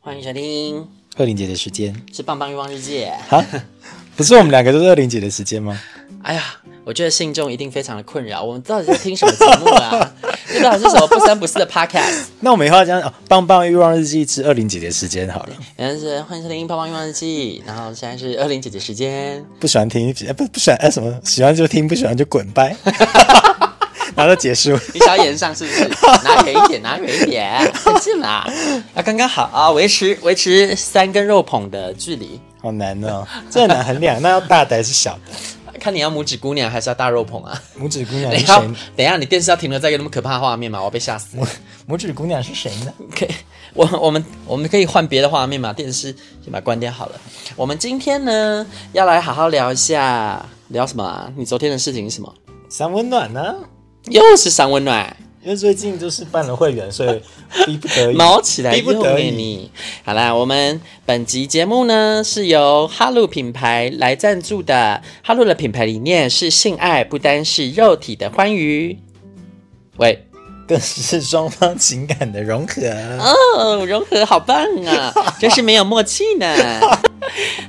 欢迎收听，二零姐的时间是棒棒欲望日记。啊，不是我们两个都是二零姐的时间吗？哎呀，我觉得信众一定非常的困扰，我们到底在听什么节目啊？这到底是什么不三不四的 podcast？那我们以后要讲、哦、棒棒欲望日记之二零姐的时间好了。原来是欢迎收听棒棒欲望日记，然后现在是二零姐姐时间。不喜欢听，哎不不喜欢哎什么，喜欢就听，不喜欢就滚掰， 然后就结束。你想要演上是不是？拿远一点，拿远一点，太近啦！ 啊，刚刚好啊，维持维持三根肉捧的距离，好难哦，这很难衡量。那要大的还是小的？看你要拇指姑娘还是要大肉捧啊？拇指姑娘等一是下，谁等？一下，你电视要停了再给那么可怕的画面嘛，我要被吓死。拇指姑娘是谁呢？ 可以，我我们我们可以换别的画面嘛？电视先把它关掉好了。我们今天呢要来好好聊一下，聊什么、啊？你昨天的事情是什么？三温暖呢、又是三温暖。因为最近就是办了会员，所以逼不得已。毛起来逼不又得给已你。好啦，我们本集节目呢是由哈鲁品牌来赞助的。哈鲁的品牌理念是性爱不单是肉体的欢愉。喂，更是双方情感的融合。哦，融合好棒 啊，真是没有默契呢。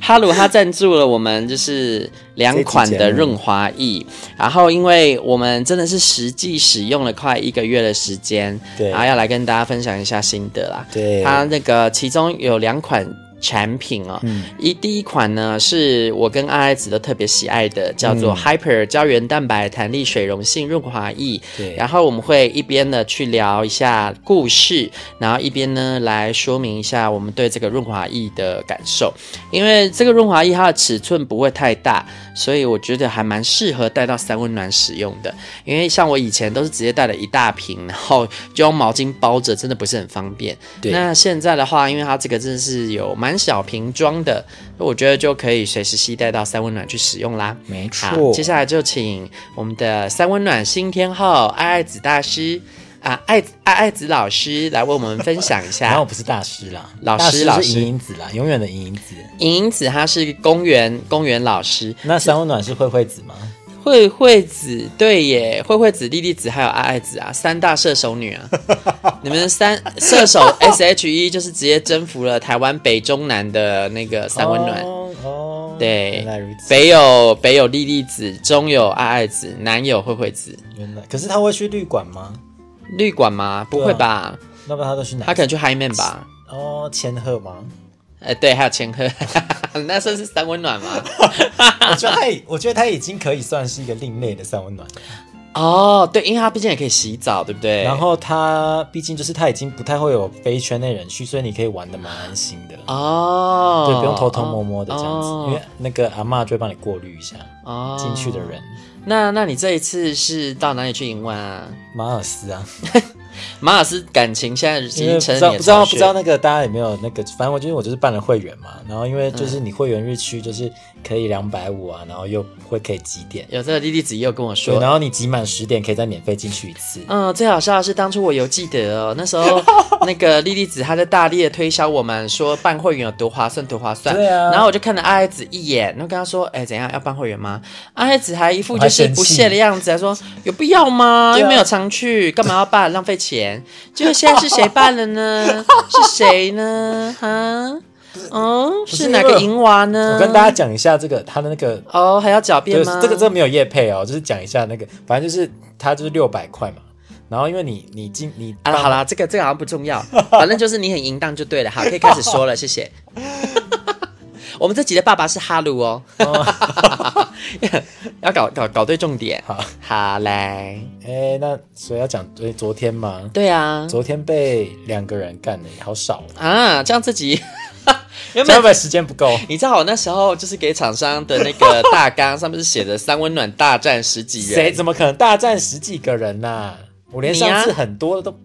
哈鲁他赞助了我们就是两款的润滑液，然后因为我们真的是实际使用了快一个月的时间，对然后要来跟大家分享一下心得啦。对，它那个其中有两款产品哦，一第一款呢是我跟阿爱子都特别喜爱的，叫做 Hyper 胶原蛋白弹力水溶性润滑液。对然后我们会一边呢去聊一下故事，然后一边呢来说明一下我们对这个润滑液的感受。因为这个润滑液它的尺寸不会太大，所以我觉得还蛮适合带到三温暖使用的。因为像我以前都是直接带了一大瓶，然后就用毛巾包着，真的不是很方便。对那现在的话，因为它这个真的是有蛮小瓶装的，我觉得就可以随时携带到三温暖去使用啦。没好，错。接下来就请我们的三温暖新天后爱爱子大师啊，爱爱爱子老师来为我们分享一 然后下我。不是大师啦，老师大师老师是银银子啦，永远的银银子。莹莹子她是公园公园老师， 那三温暖是慧慧子吗？慧慧子对耶，慧慧子、莉莉子还有爱爱子啊，三大射手女啊，你们三射 手 S H E 就是直接征服了台湾北中南的那个三温暖。哦，哦对原来如，此。北有北有莉莉子，中有爱爱子，南有慧慧子。原来，可是他会去旅馆吗？绿馆吗？不会吧？要不然他都去哪？他可能去 High Man 吧？哦，千 鹤吗？呃，对，还有千鹤， 那算是三温暖吗？我觉得他已，我觉得他已经可以算是一个另类的三温暖。哦，对，因为他毕竟也可以洗澡，对不对？然后他毕竟就是他已经不太会有非圈内人去，所以你可以玩的蛮安心的。哦，对，不用偷偷摸摸的这样子，哦因为那个阿嬷就会帮你过滤一下哦进去的人。那那你这一次是到哪里去赢玩啊？马尔斯啊，马尔斯感情现在已因经为不成了知道你的不知道巢不穴知道那个大家有没有那个，反正我就是我就是办了会员嘛，然后因嗯为就是你会员日区就是可以两百五啊，然后又会可以几点，有这个莉莉子又跟我对，说。然后你集满十点可以再免费进去一次。嗯，最好笑的是，当初我有记得哦，那时 候那个莉莉子她在大力的推销我们说办会员有多划算，多划算。对啊然后我就看了阿爱子一眼，然后跟她说：“哎，怎样要办会员吗？”阿爱子还一副就是不屑的样子，还说：“有必要吗？对啊又没有常去，干嘛要办？浪费 钱。”结果现在是谁办了呢？是谁呢？哈，哦，是是哪个银娃呢？我跟大家讲一下这个他的那个，哦，还要狡对，辩嗯吗？这个这个没有业配哦，就是讲一下那个，反正就是他就是六百块嘛，然后因为你你进你啊，好啦，这个这个好像不重要，反正就是你很淫荡就对了。好，可以开始 说了，谢谢。我们这集的爸爸是哈鲁哦， 要搞搞搞对重点。好，好来，哎，那所以要讲对昨天嘛，对啊，昨天被两个人干的，好少哦，啊，这样自己 原这本会不会时间不够？你知道我那时候就是给厂商的那个大纲上面是写的“三温暖大战十几人”，谁怎么可能大战十几个人呐、我连你啊上次很多的都，啊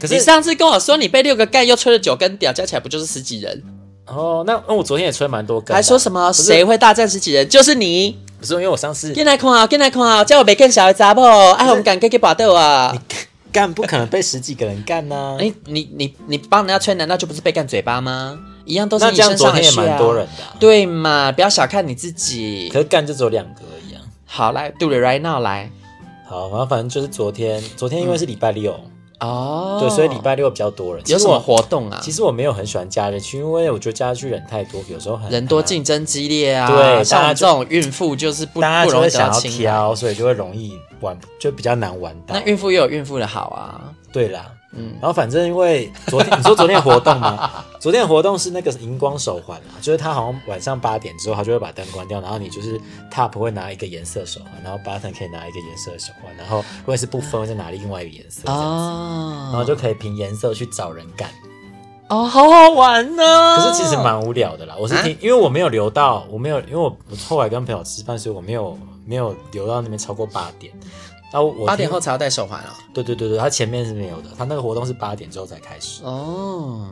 可你是上次跟我说你被六个干又吹了九根屌，加起来不就是十几人？哦，那那我昨天也吹蛮多根的，还说什么不是谁会大战十几人？就是你！不是因为我上 次进来看啊，进来看哦啊！叫我没更小的杂婆，哎，我们敢给给把豆啊！干不可能被十几个人干 呐、你你你你帮人家吹，难道就不是被干嘴巴吗？一样都是那你这样身昨上的天也事蛮啊！多人的啊、对嘛？不要小看你自己可。是干就只有两个而已啊。好，来，do it right now，来好，然后反正就是昨天，昨天因为是礼拜六，哦。对，所以礼拜六比较多人。有其什实么我活动啊？其实我没有很喜欢假日去，因为我觉得假日去人太多，有时候很人多很竞争激烈啊，对像我大家们就这种孕妇就是不不大家就容会易得到想要青睐。挑，所以就会容易玩，就比较难玩到那。孕妇也有孕妇的好啊，对啦，嗯嗯，然后反正因为 昨天你说昨天的活动吗？昨天的活动是那个荧光手环啊，就是它好像晚上八点之后，它就会把灯关掉，然后你就是 top 会拿一个颜色手环，然后 button 可以拿一个颜色手环，然后如果是不分会再拿另外一个颜色这样子，哦，然后就可以凭颜色去找人干。哦，好好玩哦呢、可是其实蛮无聊的啦，我啊是听，因为我没有留到，我没有，因为我我后来跟朋友吃饭，所以我没有没有留到那边超过八点。然后我八点听后，才要戴手环哦。对对对对，他前面是没有的，他那个活动是八点之后才开始。哦，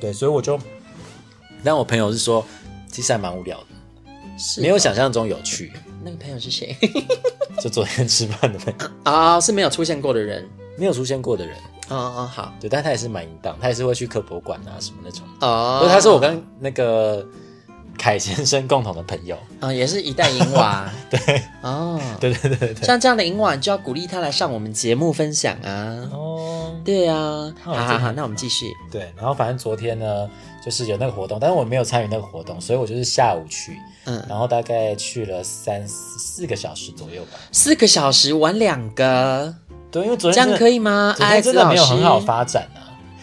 对，所以我就，但我朋友是说，其实还蛮无聊的，是哦没有想象中有趣。那个朋友是谁就昨天吃饭的那个 啊、是没有出现过的人。没有出现过的人，哦哦，好对，但他也是蛮淫荡，他也是会去科博馆啊什么那种。哦不，是，他是我跟那个凯先生共同的朋友。啊、也是一代银娃。 对哦，对对对对对。像这样的银娃，你就要鼓励他来上我们节目分享啊。哦，对啊，好那我好这好，个那我们继续。对，然后反正昨天呢，就是有那个活动，但是我没有参与那个活动，所以我就是下午去，嗯，然后大概去了三四四个小时左右吧。四个小时玩两个，对，因为昨这天样真的可以吗？昨哎，天真的没有很好子老发展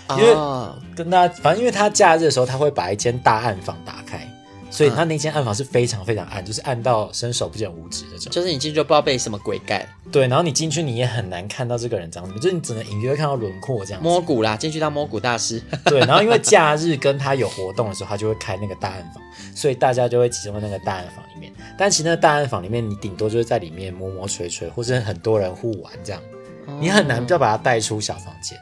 啊。师，因为哦跟大家，反正因为他假日的时候，他会把一间大暗房打开，所以他那间暗房是非常非常暗，就是暗到伸手不见五指那种。就是你进去就不知道被什么鬼盖对，然后你进去你也很难看到这个人长什么，就是你只能隐约看到轮廓这样摸子。骨啦，进去当摸骨大师。 对，然后因为假日跟他有活动的时候，他就会开那个大暗房，所以大家就会集中在那个大暗房里面。但其实那个大暗房里面，你顶多就是在里面摸摸吹吹，或者很多人互玩这样，你很难要把它带出小房间。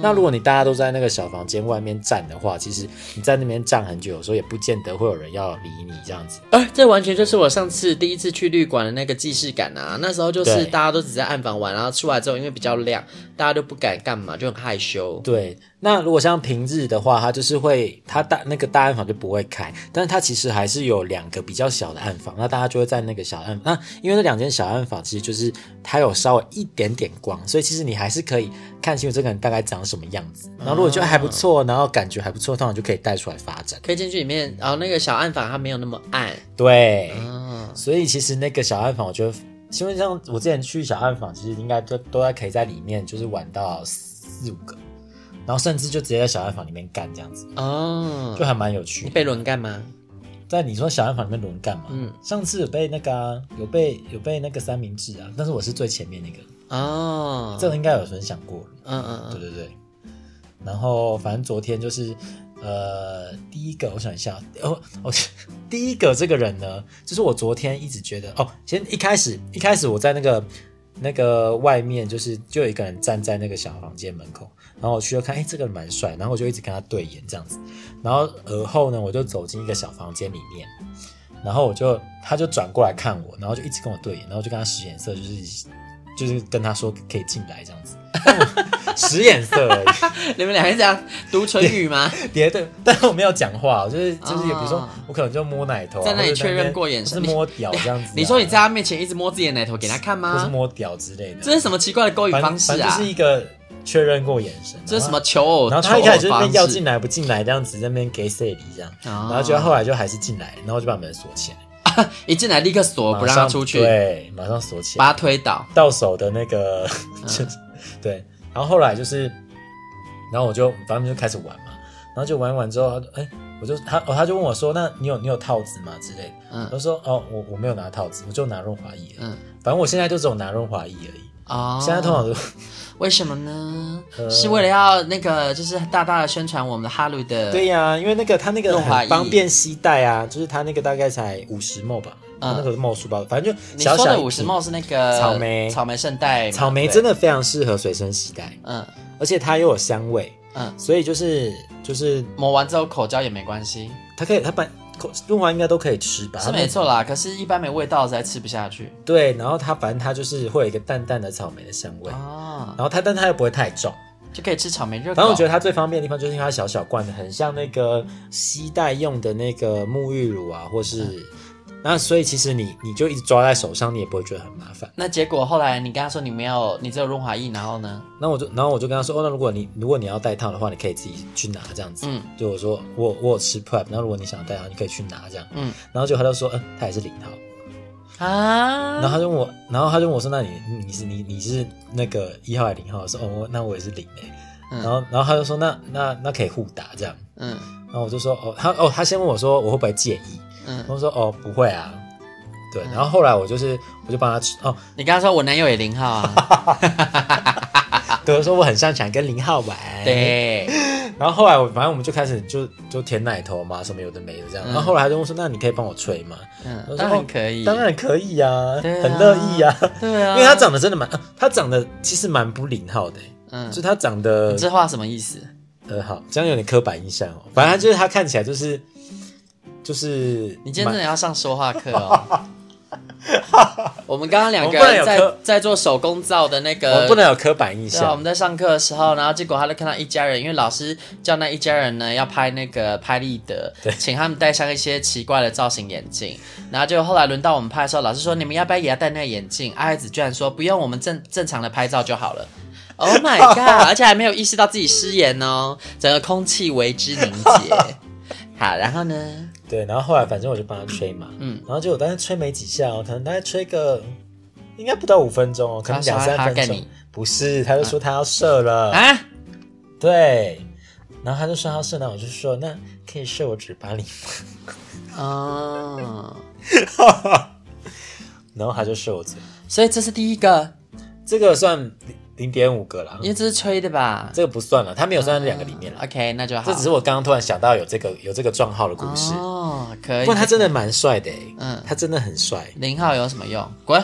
那如果你大家都在那个小房间外面站的话，其实你在那边站很久，有时候也不见得会有人要理你这样子。哎，这完全就是我上次第一次去旅馆的那个既视感啊！那时候就是对大家都只在暗房玩，然后出来之后因为比较亮，大家都不敢干嘛，就很害羞。对，那如果像平日的话，它就是会，它大那个大暗房就不会开，但是它其实还是有两个比较小的暗房，那大家就会在那个小暗，那因为那两间小暗房其实就是它有稍微一点点光，所以其实你还是可以看清楚这个人大概长什么样子。然后如果觉得还不错，然后感觉还不错，通常就可以带出来发展。可以进去里面，然、后那个小暗房它没有那么暗，对，嗯，所以其实那个小暗房，我觉得，因为像我之前去小暗房，其实应该都都在可以在里面就是玩到四五个，然后甚至就直接在小暗房里面干这样子。哦，就还蛮有趣你的。被轮干吗？但你说小暗房里面轮干嘛？嗯嗯，上次有被那个、啊、有被有被那个三明治啊，但是我是最前面那个，哦，这个应该有分享过。嗯嗯嗯，对对对。然后反正昨天就是呃，第一个我想一下，哦哦， 第一个这个人呢，就是我昨天一直觉得哦，先一开始一开始我在那个那个外面，就是就有一个人站在那个小房间门口，然后我去就看，哎，这个人蛮帅，然后我就一直跟他对眼这样子，然后而后呢，我就走进一个小房间里面。然后我就，他就转过来看我，然后就一直跟我对眼，然后就跟他使眼色，就是就是跟他说可以进来这样子，使眼色而已。你们俩是这样读唇语 吗？别的，但我没有讲话，我就是就是，也比如说哦，我可能就摸奶头啊，在那里或者确认过眼神或是摸屌这样子啊。你说你在他面前一直摸自己的奶头给他看或是吗？摸屌之类的，这是什么奇怪的勾引反方式反正啊？就是一个确认过眼神，这是什然么后求偶？然后他一开求始就偶是方式要进来不进来这样子，在那边给谁理这样，哦然后就后来就还是进来，然后就把门锁起来，一进来立刻锁，哦不让马他上出去，对，马上锁起来把。他推倒。到手的那个，嗯就是对。然后后来就是，然后我就反正就开始玩嘛，然后就玩完之后，哎、我我就他哦，他就问我说：“那你有你有套子吗？”之类的。我就嗯说：“哦，我我没有拿套子，我就拿润滑液而已。嗯反正我现在就只有拿润滑液而已。哦，现在通常都为什么呢？呃是为了要那个，就是大大的宣传我们的哈鲁的，对呀、因为那个它那个润滑液很方便携带啊，就是它那个大概才五十沫吧，它那个沫数吧，反正就嗯你小说小的一五十瓶帽是那个草莓草莓圣代嘛，草莓对真的非常适合随身携带，嗯而且它又有香味，嗯，所以就是就是抹完之后口交也没关系，它可以它把口润滑应该都可以吃吧，是没错啦。可是，一般没味道实在吃不下去它们对，然后它反正它就是会有一个淡淡的草莓的香味，啊然，后它但它又不会太重，就可以吃草莓热狗。反正我觉得它最方便的地方就是因为它小小罐的，很像那个吸带用的那个沐浴乳啊，或嗯是。那所以其实你你就一直抓在手上，你也不会觉得很麻烦。那结果后来你跟他说你没有，你只有润滑液，然后呢？那我就，然后我就跟他说，哦，那如果你如果你要带套的话，你可以自己去拿这样子。嗯就我说我我有吃 prep，然后如果你想要带套，你可以去拿这样。嗯然后就他就说，嗯，他也是零号。啊，然后他就问我，然后他就问我说，那你你是你你是那个一号还是零号？我说哦，我那我也是零诶、嗯然后然后他就说，那那那可以互打这样。嗯然后我就说，哦，他哦，他先问我说我会不会介意，然后嗯，我说哦不会啊。对，然后后来我就是我就帮他吃哦，你跟他说我男友也零号 啊，对，我说我很擅长跟零号玩。。对，然后后来我反正我们就开始就就舔奶头嘛，什么有的没的这样。嗯然后后来他就问说：“那你可以帮我吹吗我嗯，说哦当然可？”以，当然可以啊，对啊很乐意啊。对啊，因为他长得真的蛮，啊他长得其实蛮不零号的、欸嗯就，他长得你这话什么意思？呃好，这样有点刻板印象哦。反正他就是他看起来就是就是你今天真蛮的要上说话课哦。我们刚刚两个我们不能有人在课在做手工皂的那我个，们不能有刻板印对啊，我象们，在上课的时候，然后结果他就看到一家人，因为老师叫那一家人呢要拍那个拍立得，请他们戴上一些奇怪的造型眼镜。然后就后来轮到我们拍的时候，老师说你们要不要也要戴那个眼镜？啊阿、孩子居然说不用，我们正正常的拍照就好了。Oh my god！而且还没有意识到自己失言哦，整个空气为之凝结。 好，然后呢？对。然后后来反正我就帮他吹嘛，嗯然后结果但是吹没几下、哦，可能大概吹个应该不到五分钟哦，可能他两说三他分干钟你。不是，他就说他要射了。啊？对，然后他就说他射，那我就说那可以射我嘴巴里吗？啊哦， 然后他就射我嘴，所以这是第一个，这个算零点五个啦因，为这是吹的吧？嗯这个不算了，他没有啊算在两个里面了。 OK，那就好。啊这只是我刚刚突然想到有这个有这个账号的故事，哦，可以。不过他真的蛮帅的、欸，嗯他真的很帅，零号有什么用？滚！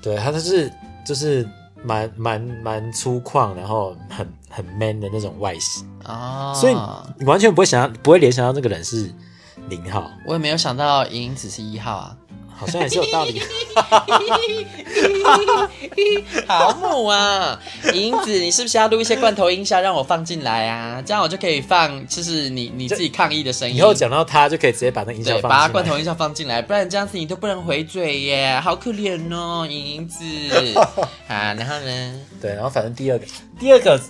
对他就是就是蛮蛮蛮粗犷，然后很很 man 的那种外形，哦，所以你完全不会想到不会联想到这个人是零号，我也没有想到莹莹只是一号 啊，好像也是有 道理的。好母啊！莹子，你是不是要录一些罐头音效让我放进来啊？这样我就可以放，就是你你自己抗议的声音。以后讲到他就可以直接把那音效对，放把进来罐头音效放进来，不然这样子你都不能回嘴耶，好可怜哦，莹 子。啊，然后呢？对，然后反正第二个，第二个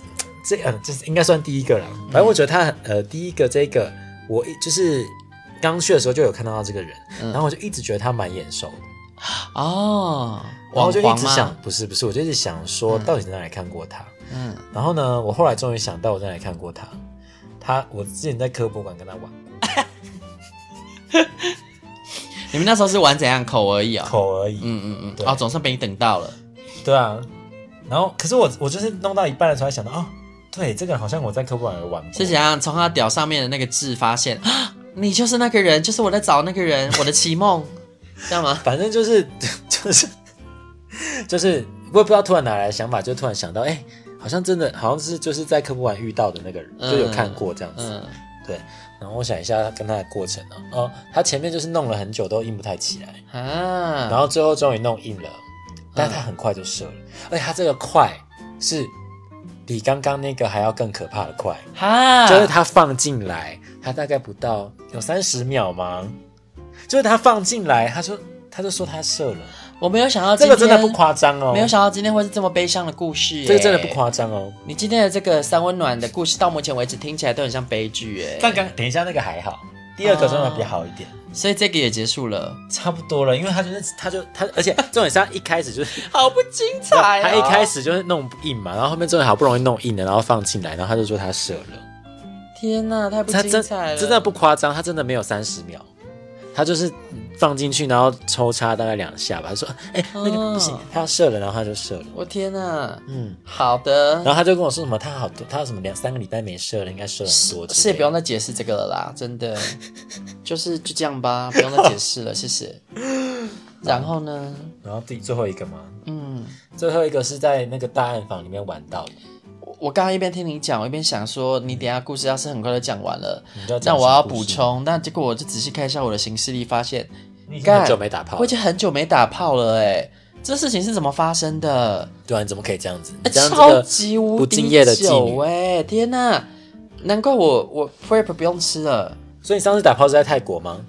这呃，这是应该算第一个了。嗯反正我觉得他很呃，第一个这个我一就是刚去的时候就有看到他这个人，嗯然后我就一直觉得他蛮眼熟的，哦，然后网我就一黄直嘛想，，不是不是，我就一直想说到底在哪里看过他。嗯，然后呢，我后来终于想到我在哪里看过他，他我之前在科博馆跟他玩你们那时候是玩怎样口而已哦？口而已，嗯嗯嗯，对哦，总算被你等到了。对啊。然后可是我我就是弄到一半的时候，还想到哦，对，这个人好像我在科博馆有玩过，是怎样啊从他屌上面的那个痣发现哦啊，你就是那个人，就是我在找那个人，我的奇 梦，知道吗？反正就是 就是就是，我也不知道突然哪来的想法，就突然想到，哎、好像真的好像是就是在科普馆遇到的那个人，嗯就有看过这样子。嗯，对，然后我想一下跟他的过程啊，哦，他前面就是弄了很久都硬不太起来，啊，然后最后终于弄硬了，但嗯他很快就射了，而且他这个快是比刚刚那个还要更可怕的快，哈，就是他放进来，他大概不到有三十秒吗？就是他放进来，他就他就说他射了。我没有想到这个真的不夸，夸张哦，没有想到今天会是这么悲伤的故事、耶这个真的不。夸张哦。你今天的这个三温暖的故事，到目前为止听起来都很像悲剧欸耶，但刚等一下那个还好，第二个真的比较好一点，所以这个也结束了，差不多了，因为他就是他就他，而且 重点是他一开始就是。好不精彩、他一开，始就是弄硬嘛，然后后面真的好不容易弄硬了，然后放进来，然后他就说他射了，天哪，太不他精真彩了！真的不夸张，他真的没有三十秒，他就是放进去，然后抽插大概两下吧。他说：“哎、那个不行哦，他要射了。”然后他就射了。我天哪！嗯，好的，然后他就跟我说什么，他好多，他什么两三个礼拜没射了，应该射很多之类的。是也不用再解释这个了啦，真 的，就是就这样吧，不用再解释了，谢 谢。然后呢？然后第最后一个吗？嗯，最后一个是在那个大暗房里面玩到的，我我刚刚一边听你讲，我一边想说，你等一下故事要是很快就讲完了，你知道那讲什么我要故补事吗，充，那结果我就仔细看一下我的行事历，发现你已经很干久没打炮我了已，经很久没打炮了、哎，这事情是怎么发生的？对啊，你怎么可以这样子？哎你这样超这级无不敌敬业的妓久女哎、天哪、难怪我我 prep 不用吃了。个，所以你上次打炮是在泰国吗？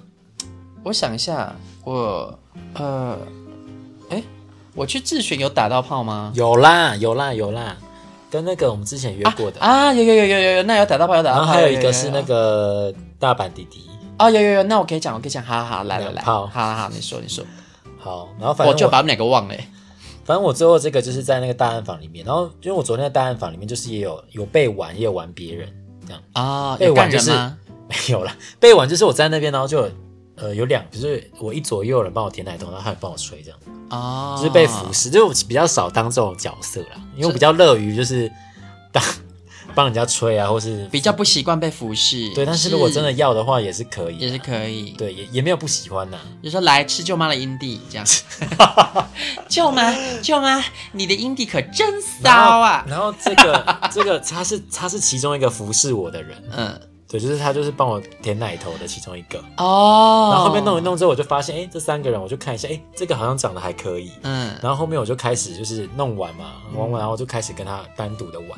我想一下，我呃，哎、我去智询有打到炮吗？有啦，有啦，有啦，跟那个我们之前约过的。啊，有有有有有有，那有打到炮有打然到后炮，还有一个是那个个大阪弟弟，啊、有有有，那我可以讲，我可以讲，好好好来来来，好好好好，你说你说，好，然后反我正就我把他们两个忘了、哎反正我最后这个就是在那个大暗房里面，然后因为我昨天在大暗房里面就是也有有被玩，也有玩别人， 这样啊，被有干哎玩就人是吗？没有啦，被玩就是我在那边，然后就有呃有两，就是我一左右有人帮我填奶头，然后还有人帮我吹，这样啊，就是被服侍，就我比较少当这种角色啦，因为我比较乐于就是当 帮人家吹啊，或是比较不习惯被服侍。对，但是如果真的要的话也是可以也的，是可以，对，也也没有不喜欢呐、就说来吃舅妈的阴蒂 这样子，舅妈舅妈，你的阴蒂可真骚啊！然后然后这个这个他是他是其中一个服侍我的人，嗯，对，就是他就是帮我舔奶头的其中一个。哦，然后后面弄一，弄之后，我就发现，哎、这三个人，我就看一下，哎、这个好像长得还可以。嗯，然后后面我就开始就是弄完嘛，玩完，然后我就开始跟他单独的玩。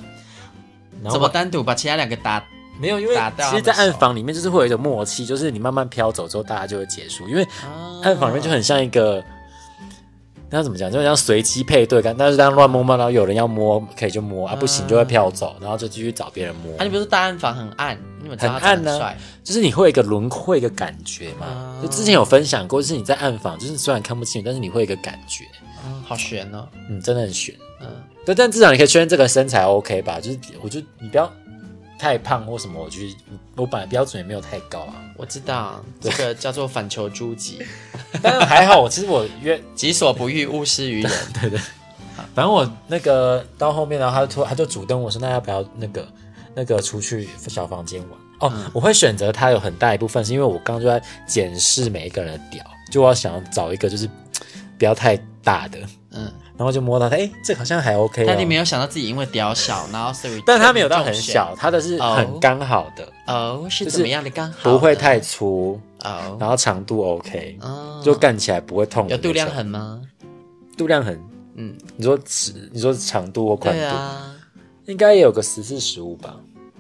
然后怎么玩单独把其他两个打？没有？因为打到他其实，们在暗手房里面就是会有一种默契，就是你慢慢飘走之后，大家就会结束。因为啊暗访里面就很像一个，那怎么讲？就像随机配对感，但是这样乱摸摸，然后有人要摸可以就摸啊，不行就嗯会飘走，然后就继续找别人摸啊，。你不是大暗房很暗，你们知道很他长暗得呢帅就是你会有一个轮廓一个感觉嘛啊？就之前有分享过，就是你在暗访，就是虽然看不清楚，但是你会有一个感觉，嗯好悬哦，嗯，真的很悬。嗯，但但至少你可以确认这个身材 OK 吧？就是我就你不要太胖或什么，我就是我本来标准也没有太高啊，我知道这个叫做反求诸己，但是还好，我其实我约己所不欲，勿施于人。反正我那个到后面，然后他就突他就主动我说，那要不要那个那个出去小房间玩？哦，嗯我会选择他有很大一部分是因为我刚刚就在检视每一个人的屌，就我想找一个就是不要太大的，嗯，然后就摸到他，哎、这个好像还 OK 但你没哦。有想到自己因为屌小，然后所以但他没有到很中选小，他的是很刚好的，哦，是就是怎么样的刚好不会呢太粗，哦，然后长度 OK，、哦就干起来不会痛。有度量，衡吗？度量衡。嗯，你说尺，你说长度或宽对度，啊，应该也有个十四十五吧。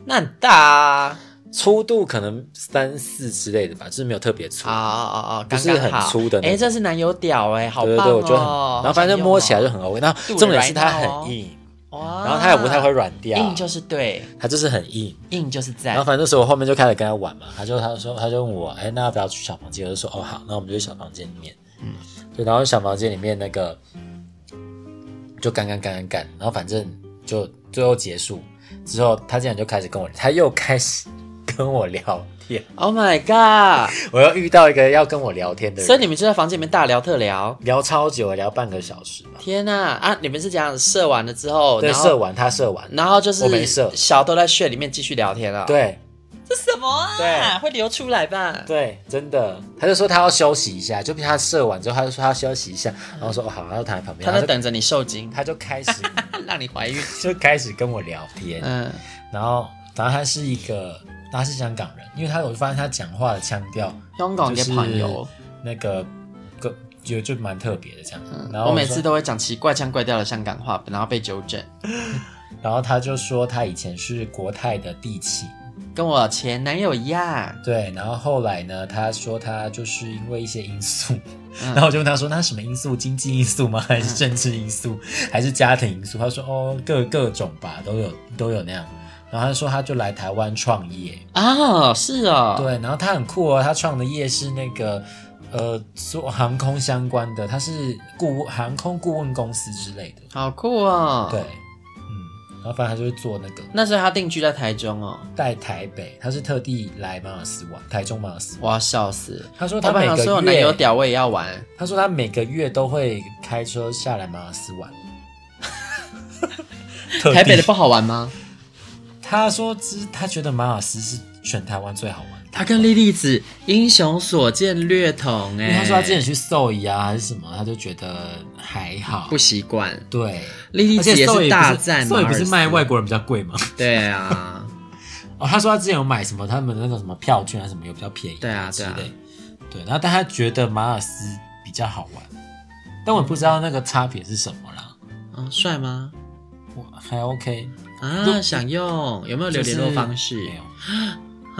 那很大啊，粗度可能三四之类的吧，就是没有特别粗。哦哦哦，不刚是刚很好粗的那哎，种这是男友屌哎，好对棒对哦，对，我觉得很，然后反正就摸起来就好很 OK。然后想用哦重点是它很硬，用哦哇，然后它也不太会软掉，硬就是对，它就是很硬。硬就是在然后，反正那时候我后面就开始跟他玩嘛，他就他就说他就问我，哎，那要不要去小房间？我就说哦好，那我们就去小房间里面。嗯，对，然后小房间里面那个就干干干干干，然后反正就最后结束之后，他竟然就开始跟我，他又开始跟我聊天， Oh my god！我又遇到一个要跟我聊天的人，所以你们就在房间里面大聊特聊。聊超久，聊半个小时吧。天呐啊！你们是这样射完了之后，对，哦然射后完他射完，然后就是我没射小都在血里面继续聊天了。，对这什么啊？对会流出来吧？对，真的，他就说他要休息一下，就他射完之后，他就说他要休息一下，然后说哦好，他就躺在旁边，嗯他然在后就等着你受精，他就开始 让你怀孕。就开始跟我聊天，嗯，然后然后他是一个他是香港人，因为他我就发现他讲话的腔调香港的朋友，那个个就就蛮特别的这样，然嗯后我每说次都会讲奇怪腔怪调的香港话，然后被纠正。然后他就说他以前是国泰的地勤。跟我前男友一样，对，然后后来呢，他说他就是因为一些因素，嗯然后我就问他说，那什么因素？经济因素吗？还是政治因素？还是家庭因素？他说哦，各各种吧，都有都有那样。然后他说他就来台湾创业，啊、是哦，，对，然后他很酷哦，他创的业是那个呃做航空相关的，他是顾问航空顾问公司之类的，好酷哦，对，嗯，然后反正他就会做那个那时候他定居在台中哦，在台北，他是特地来马尔斯玩，台中马尔斯玩。我要笑死！他说我他本每想个说我男友月，屌我也要玩，他说他每个月都会开车下来马尔斯 玩。特地台北的不好玩吗？他说之，他觉得马尔斯是全台湾最好玩的。他跟莉莉子英雄所见略同因哎、为他说他之前去兽医啊还是什么，他就觉得还好不。习惯，对，哎莉莉而子且兽是医大战马兽尔医斯，不是卖外国人比较贵吗？对啊， 哦，他说他之前有买什么他们的那种什么票券啊什么有比较便宜，对啊之对啊类，对，然后但他觉得马尔斯比较好玩，但我不知道那个差别是什么啦。啊帅吗？我还 OK，啊，就想用有没有留就联是络方式？没有，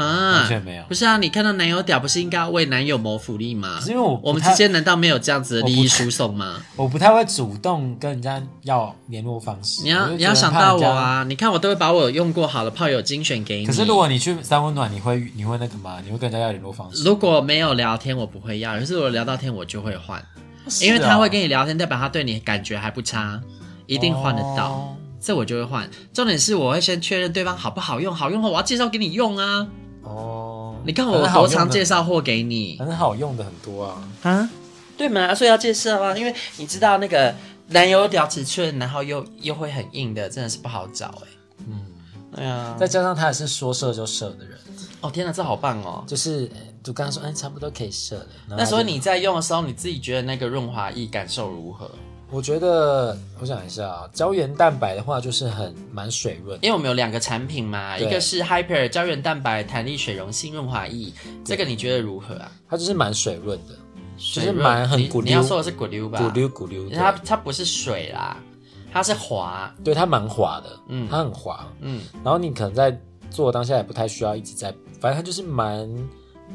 啊，完全没有不是啊，你看到男友屌，不是应该要为男友谋福利吗可？是因为我不我们太之间难道没有这样子的利我益不输送吗？我不太会主动跟人家要联络方式，你我要就你觉得要想怕人到我家。啊！你看我都会把我用过好的炮友精选给你。可是如果你去三温暖，你会你会那个吗？你会跟人家要联络方式？如果没有聊天，我不会要；可是如果聊到天，我就会换，是因为他会跟你你聊天，代表他对你感觉还不差，一一定换得到。哦这我就会换。重点是我会先确认对方好不好用，好用后我要介绍给你用啊！哦。你看我反正好多用常的介，绍货给你反正好用的很多啊。啊？对嘛，所以要介绍啊，因为你知道那个男友屌尺寸，然后又又会很硬的，真的是不好找哎、嗯，对啊，再加上他也是说射就射的人，哦天哪，这好棒哦！就是呃就刚刚说，哎，差不多可以射了。然后那时候他就你在用的时候，你自己觉得那个润滑液感受如何？我觉得，我想一下啊，胶原蛋白的话就是很蛮水润，因为我们有两个产品嘛，对一个是 Hyper 胶原蛋白弹力水溶性润滑液，这个你觉得如何啊？它就是蛮水润的，就水是润蛮很你骨你要溜说的是骨溜吧？咕溜咕溜它的，它不是水啦，它是滑，对它蛮滑的，嗯嗯，它很滑。嗯，然后你可能在做当下也不太需要一直在，反正它就是蛮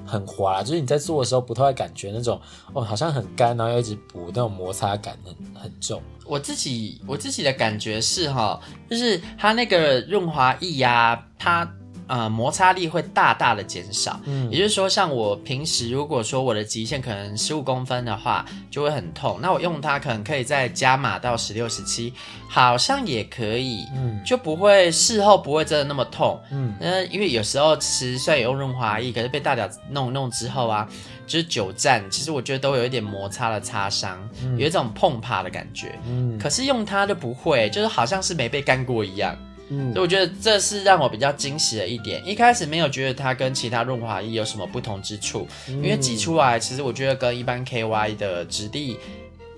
很滑啦，就是你在做的时候不太会感觉那种哦，好像很干，然后又一直补那种摩擦感很很重。我自己我自己的感觉是哈，就是它那个润滑液呀、它呃摩擦力会大大的减少。嗯也，就是说，像我平时如果说我的极限可能十五公分的话，就会很痛。那我用它可能可以再加码到十六、十七，好像也可以，嗯就不会事后不会真的那么痛。嗯，那因为有时候其实虽然有用润滑液，可是被大屌弄弄之后啊，就是久站，其实我觉得都有一点摩擦的擦伤，有一种碰趴的感觉。嗯可是用它就不会，就是好像是没被干过一样，嗯所以我觉得这是让我比较惊喜的一点。一开始没有觉得它跟其他润滑液有什么不同之处，因为挤出来其实我觉得跟一般 KY 的质地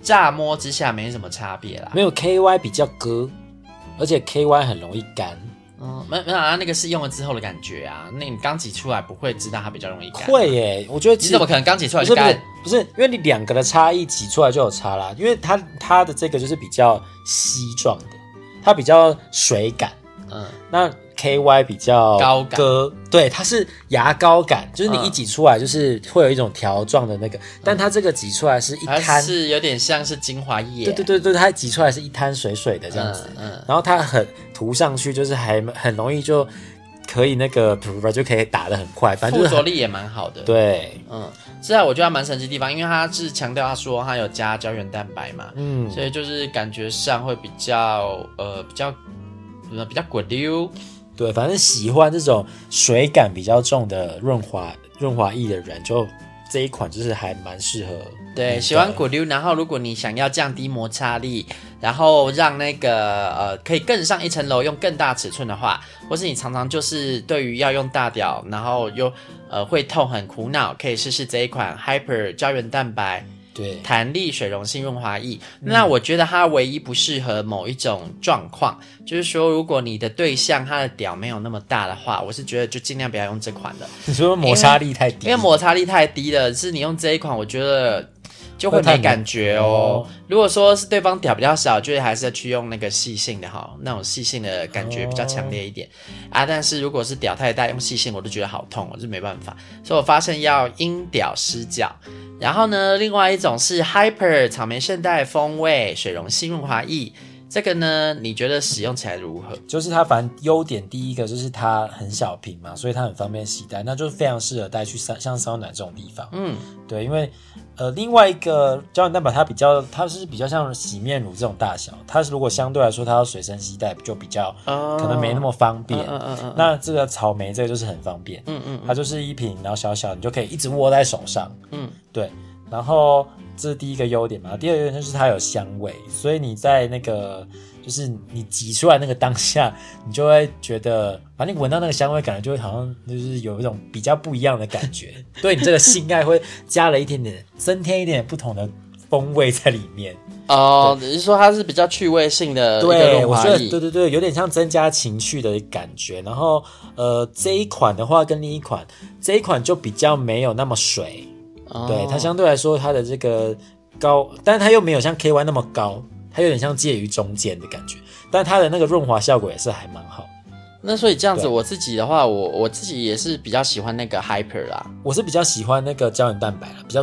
乍摸之下没什么差别啦。没有 KY 比较割，而且 KY 很容易干，嗯，没没有啊，那个是用了之后的感觉啊，那你刚挤出来不会知道它比较容易干。啊会耶，我觉得你其实怎么可能刚挤出来不就是不是干？不是，因为你两个的差异挤出来就有差啦，因为它它的这个就是比较稀状的，它比较水感，嗯，那 KY 比较高感割，对，它是牙膏感，就是你一挤出来就是会有一种条状的那个，但它这个挤出来是一嗯它滩，是有点像是精华液，啊对对对对，它挤出来是一滩水水的这样子，嗯嗯然后它很涂上去就是还很容易就可以那个就可以打得很快，反正附就是着很力也蛮好的。，对，嗯，是啊，我觉得它蛮神奇的地方，因为它是强调它说它有加胶原蛋白嘛，嗯，所以就是感觉上会比较呃比较呃比较滚溜，对，反正喜欢这种水感比较重的润滑润滑液的人，就这一款就是还蛮适合你的。对，喜欢滚溜。然后如果你想要降低摩擦力，然后让那个呃可以更上一层楼，用更大尺寸的话，或是你常常就是对于要用大屌，然后又呃会痛很苦恼，可以试试这一款 Hyper 胶原蛋白。对， 弹力水溶性润滑液。那我觉得它唯一不适合某一种状况，就是说，如果你的对象他的屌没有那么大的话，我是觉得就尽量不要用这款的，你说摩擦力太低，因为摩擦力太低了。是你用这一款，我觉得。就会会太没感觉哦哦。如果说是对方屌比较小，就是还是要去用那个细性的哈，那种细性的感觉比较强烈一点、哦啊。但是如果是屌太大，用细性我都觉得好痛，我是没办法。所以我发现要因屌施脚。然后呢，另外一种是 Hyper 草莓圣代风味水溶性润滑液，这个呢，你觉得使用起来如何？就是它反正优点第一个就是它很小瓶嘛，所以它很方便携带，那就是非常适合带去桑像桑拿这种地方。嗯，对，因为呃，另外一个胶原蛋白它比较，它是比较像洗面乳这种大小，它是如果相对来说它要随身携带就比较哦可能没那么方便。嗯嗯嗯那这个草莓这个就是很方便，嗯嗯嗯它就是一瓶，然后小小，你就可以一直握在手上。嗯，对。然后这是第一个优点嘛，第二个优点就是它有香味，所以你在那个就是你挤出来那个当下，你就会觉得，反正你闻到那个香味，感觉就会好像就是有一种比较不一样的感觉，对你这个性爱会加了一点点，增添一点点不同的风味在里面。哦，你是说它是比较趣味性的呃一个对，润我滑觉得液对对对，有点像增加情趣的感觉。然后呃，这一款的话跟另一款，这一款就比较没有那么水，哦对它相对来说它的这个高，但它又没有像 K Y 那么高，它有点像介于中间的感觉，但它的那个润滑效果也是还蛮好。那所以这样子，对我自己的话，我我自己也是比较喜欢那个 Hyper 啦，我是比较喜欢那个胶原蛋白了，比较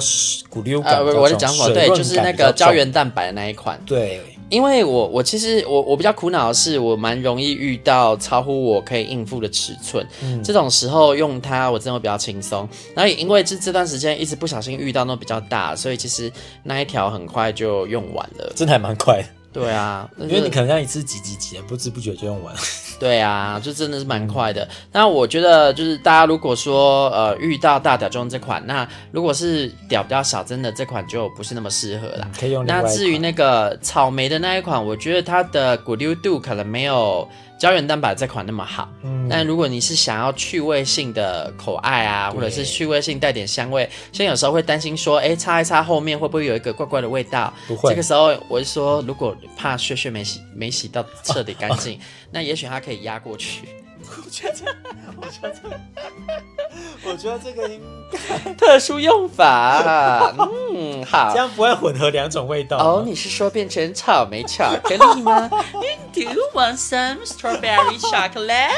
骨溜感呃，比较重。我我在讲什么？水对，润就是感那比较个胶重原蛋白的那一款。对。因为我我其实我我比较苦恼的是，我蛮容易遇到超乎我可以应付的尺寸，嗯这种时候用它我真的会比较轻松。然后也因为这这段时间一直不小心遇到那种比较大，所以其实那一条很快就用完了。真的还蛮快的，对啊，因因为你可能这样一次挤挤挤，不知不觉就用完了。对啊，就真的是蛮快的。那我觉得就是大家如果说呃遇到大屌中这款，那如果是屌比较小，真的这款就不是那么适合啦。嗯可以用另那外一至于款那个草莓的那一款，我觉得它的骨溜度可能没有胶原蛋白这款那么好。嗯但如果你是想要趣味性的口爱啊，或者是对趣味性带点香味，像有时候会担心说，哎，擦一擦后面会不会有一个怪怪的味道？不会这个时候我是说，如果怕血血没洗没洗到彻底干 净，那也许它可以压过去。我觉得这个应特殊用法， 嗯，好这。样不会混合两种味道吗哦，你是说变成草莓巧克力 吗？You do want some strawberry chocolate？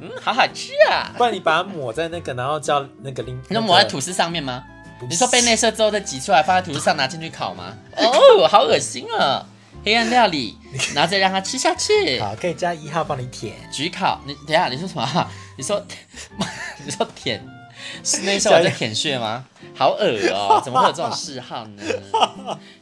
嗯，好好吃啊。不然你把它抹在那个，然后叫那个拎，那抹在个吐司上面吗？不你说被内射之后再挤出来放在吐司上拿进去烤 吗？哦，好恶心啊！黑暗料理，然后再让它吃下去。好，可以加一号帮你舔，焗烤，你等一下你说什么啊？ 你说你说舔室内射完在舔血 吗？好恶哦、怎么会有这种嗜好呢？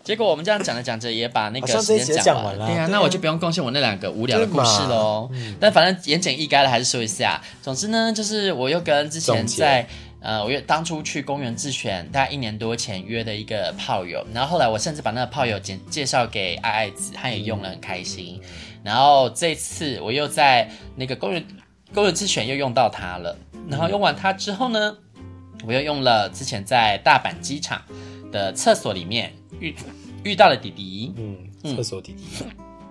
结果我们这样讲着讲着也把那个好像时这一间节讲讲完了对对啊啊，那我就不用贡献我那两个无聊的故事喽。哦嗯但反正言简意赅的还是说一下。总之呢，就是我又跟之前总结在。呃，我约当初去公园自选，大概一年多前约的一个炮友，然后后来我甚至把那个炮友介介绍给爱爱子，他也用了很开心。嗯然后这次我又在那个公园公园之选又用到它了，然后用完它之后呢，我又用了之前在大阪机场的厕所里面遇遇到了弟弟，嗯，嗯厕所弟弟，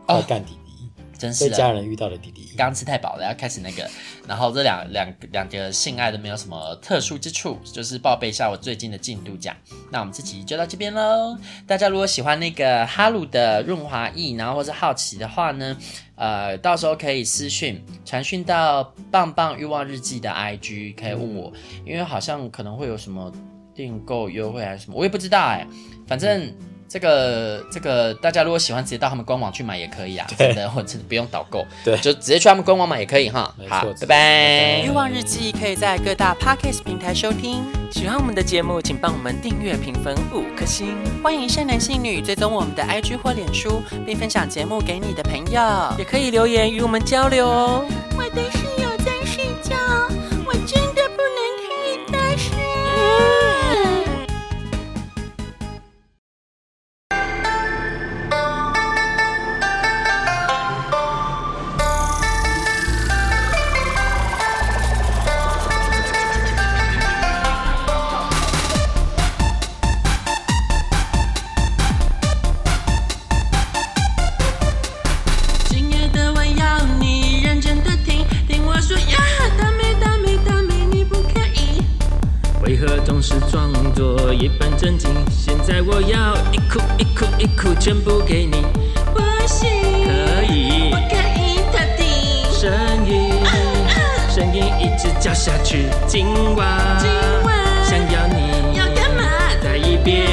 哦快干弟弟，真是啊被的家人遇到的弟弟，刚吃太饱了，要开始那个。然后这两两两个性爱都没有什么特殊之处，就是报备一下我最近的进度这样。那我们这集就到这边喽。大家如果喜欢那个哈鲁的润滑液，然后或是好奇的话呢，呃，到时候可以私讯传讯到棒棒欲望日记的 IG，可以问我，因为好像可能会有什么订购优惠还是什么，我也不知道哎、反正。这个这个，大家如果喜欢，直接到他们官网去买也可以啊。对真的，我真的不用导购。对就直接去他们官网买也可以哈没。错好，拜直接拜拜。欲望日记可以在各大 podcast 平台收听。喜欢我们的节目，请帮我们订阅、评分五颗星。欢迎善男信女追踪我们的 IG 或脸书，并分享节目给你的朋友，也可以留言与我们交流哦。我的室友在睡觉，我真的不能开大声。亲爱的，我要你认真的听，听我说呀，大美大美大美，你不可以。为何总是装作一本正经？现在我要一哭一哭一哭，全部给你，不行，可以不可以特地。声音，声音一直叫下去，今晚，今晚想要你，要干嘛？再一遍，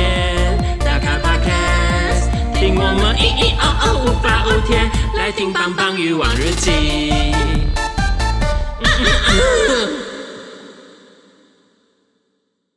打卡 podcast，听我们咿咿哦哦无法无天，来听棒棒鱼往日记。嗯嗯嗯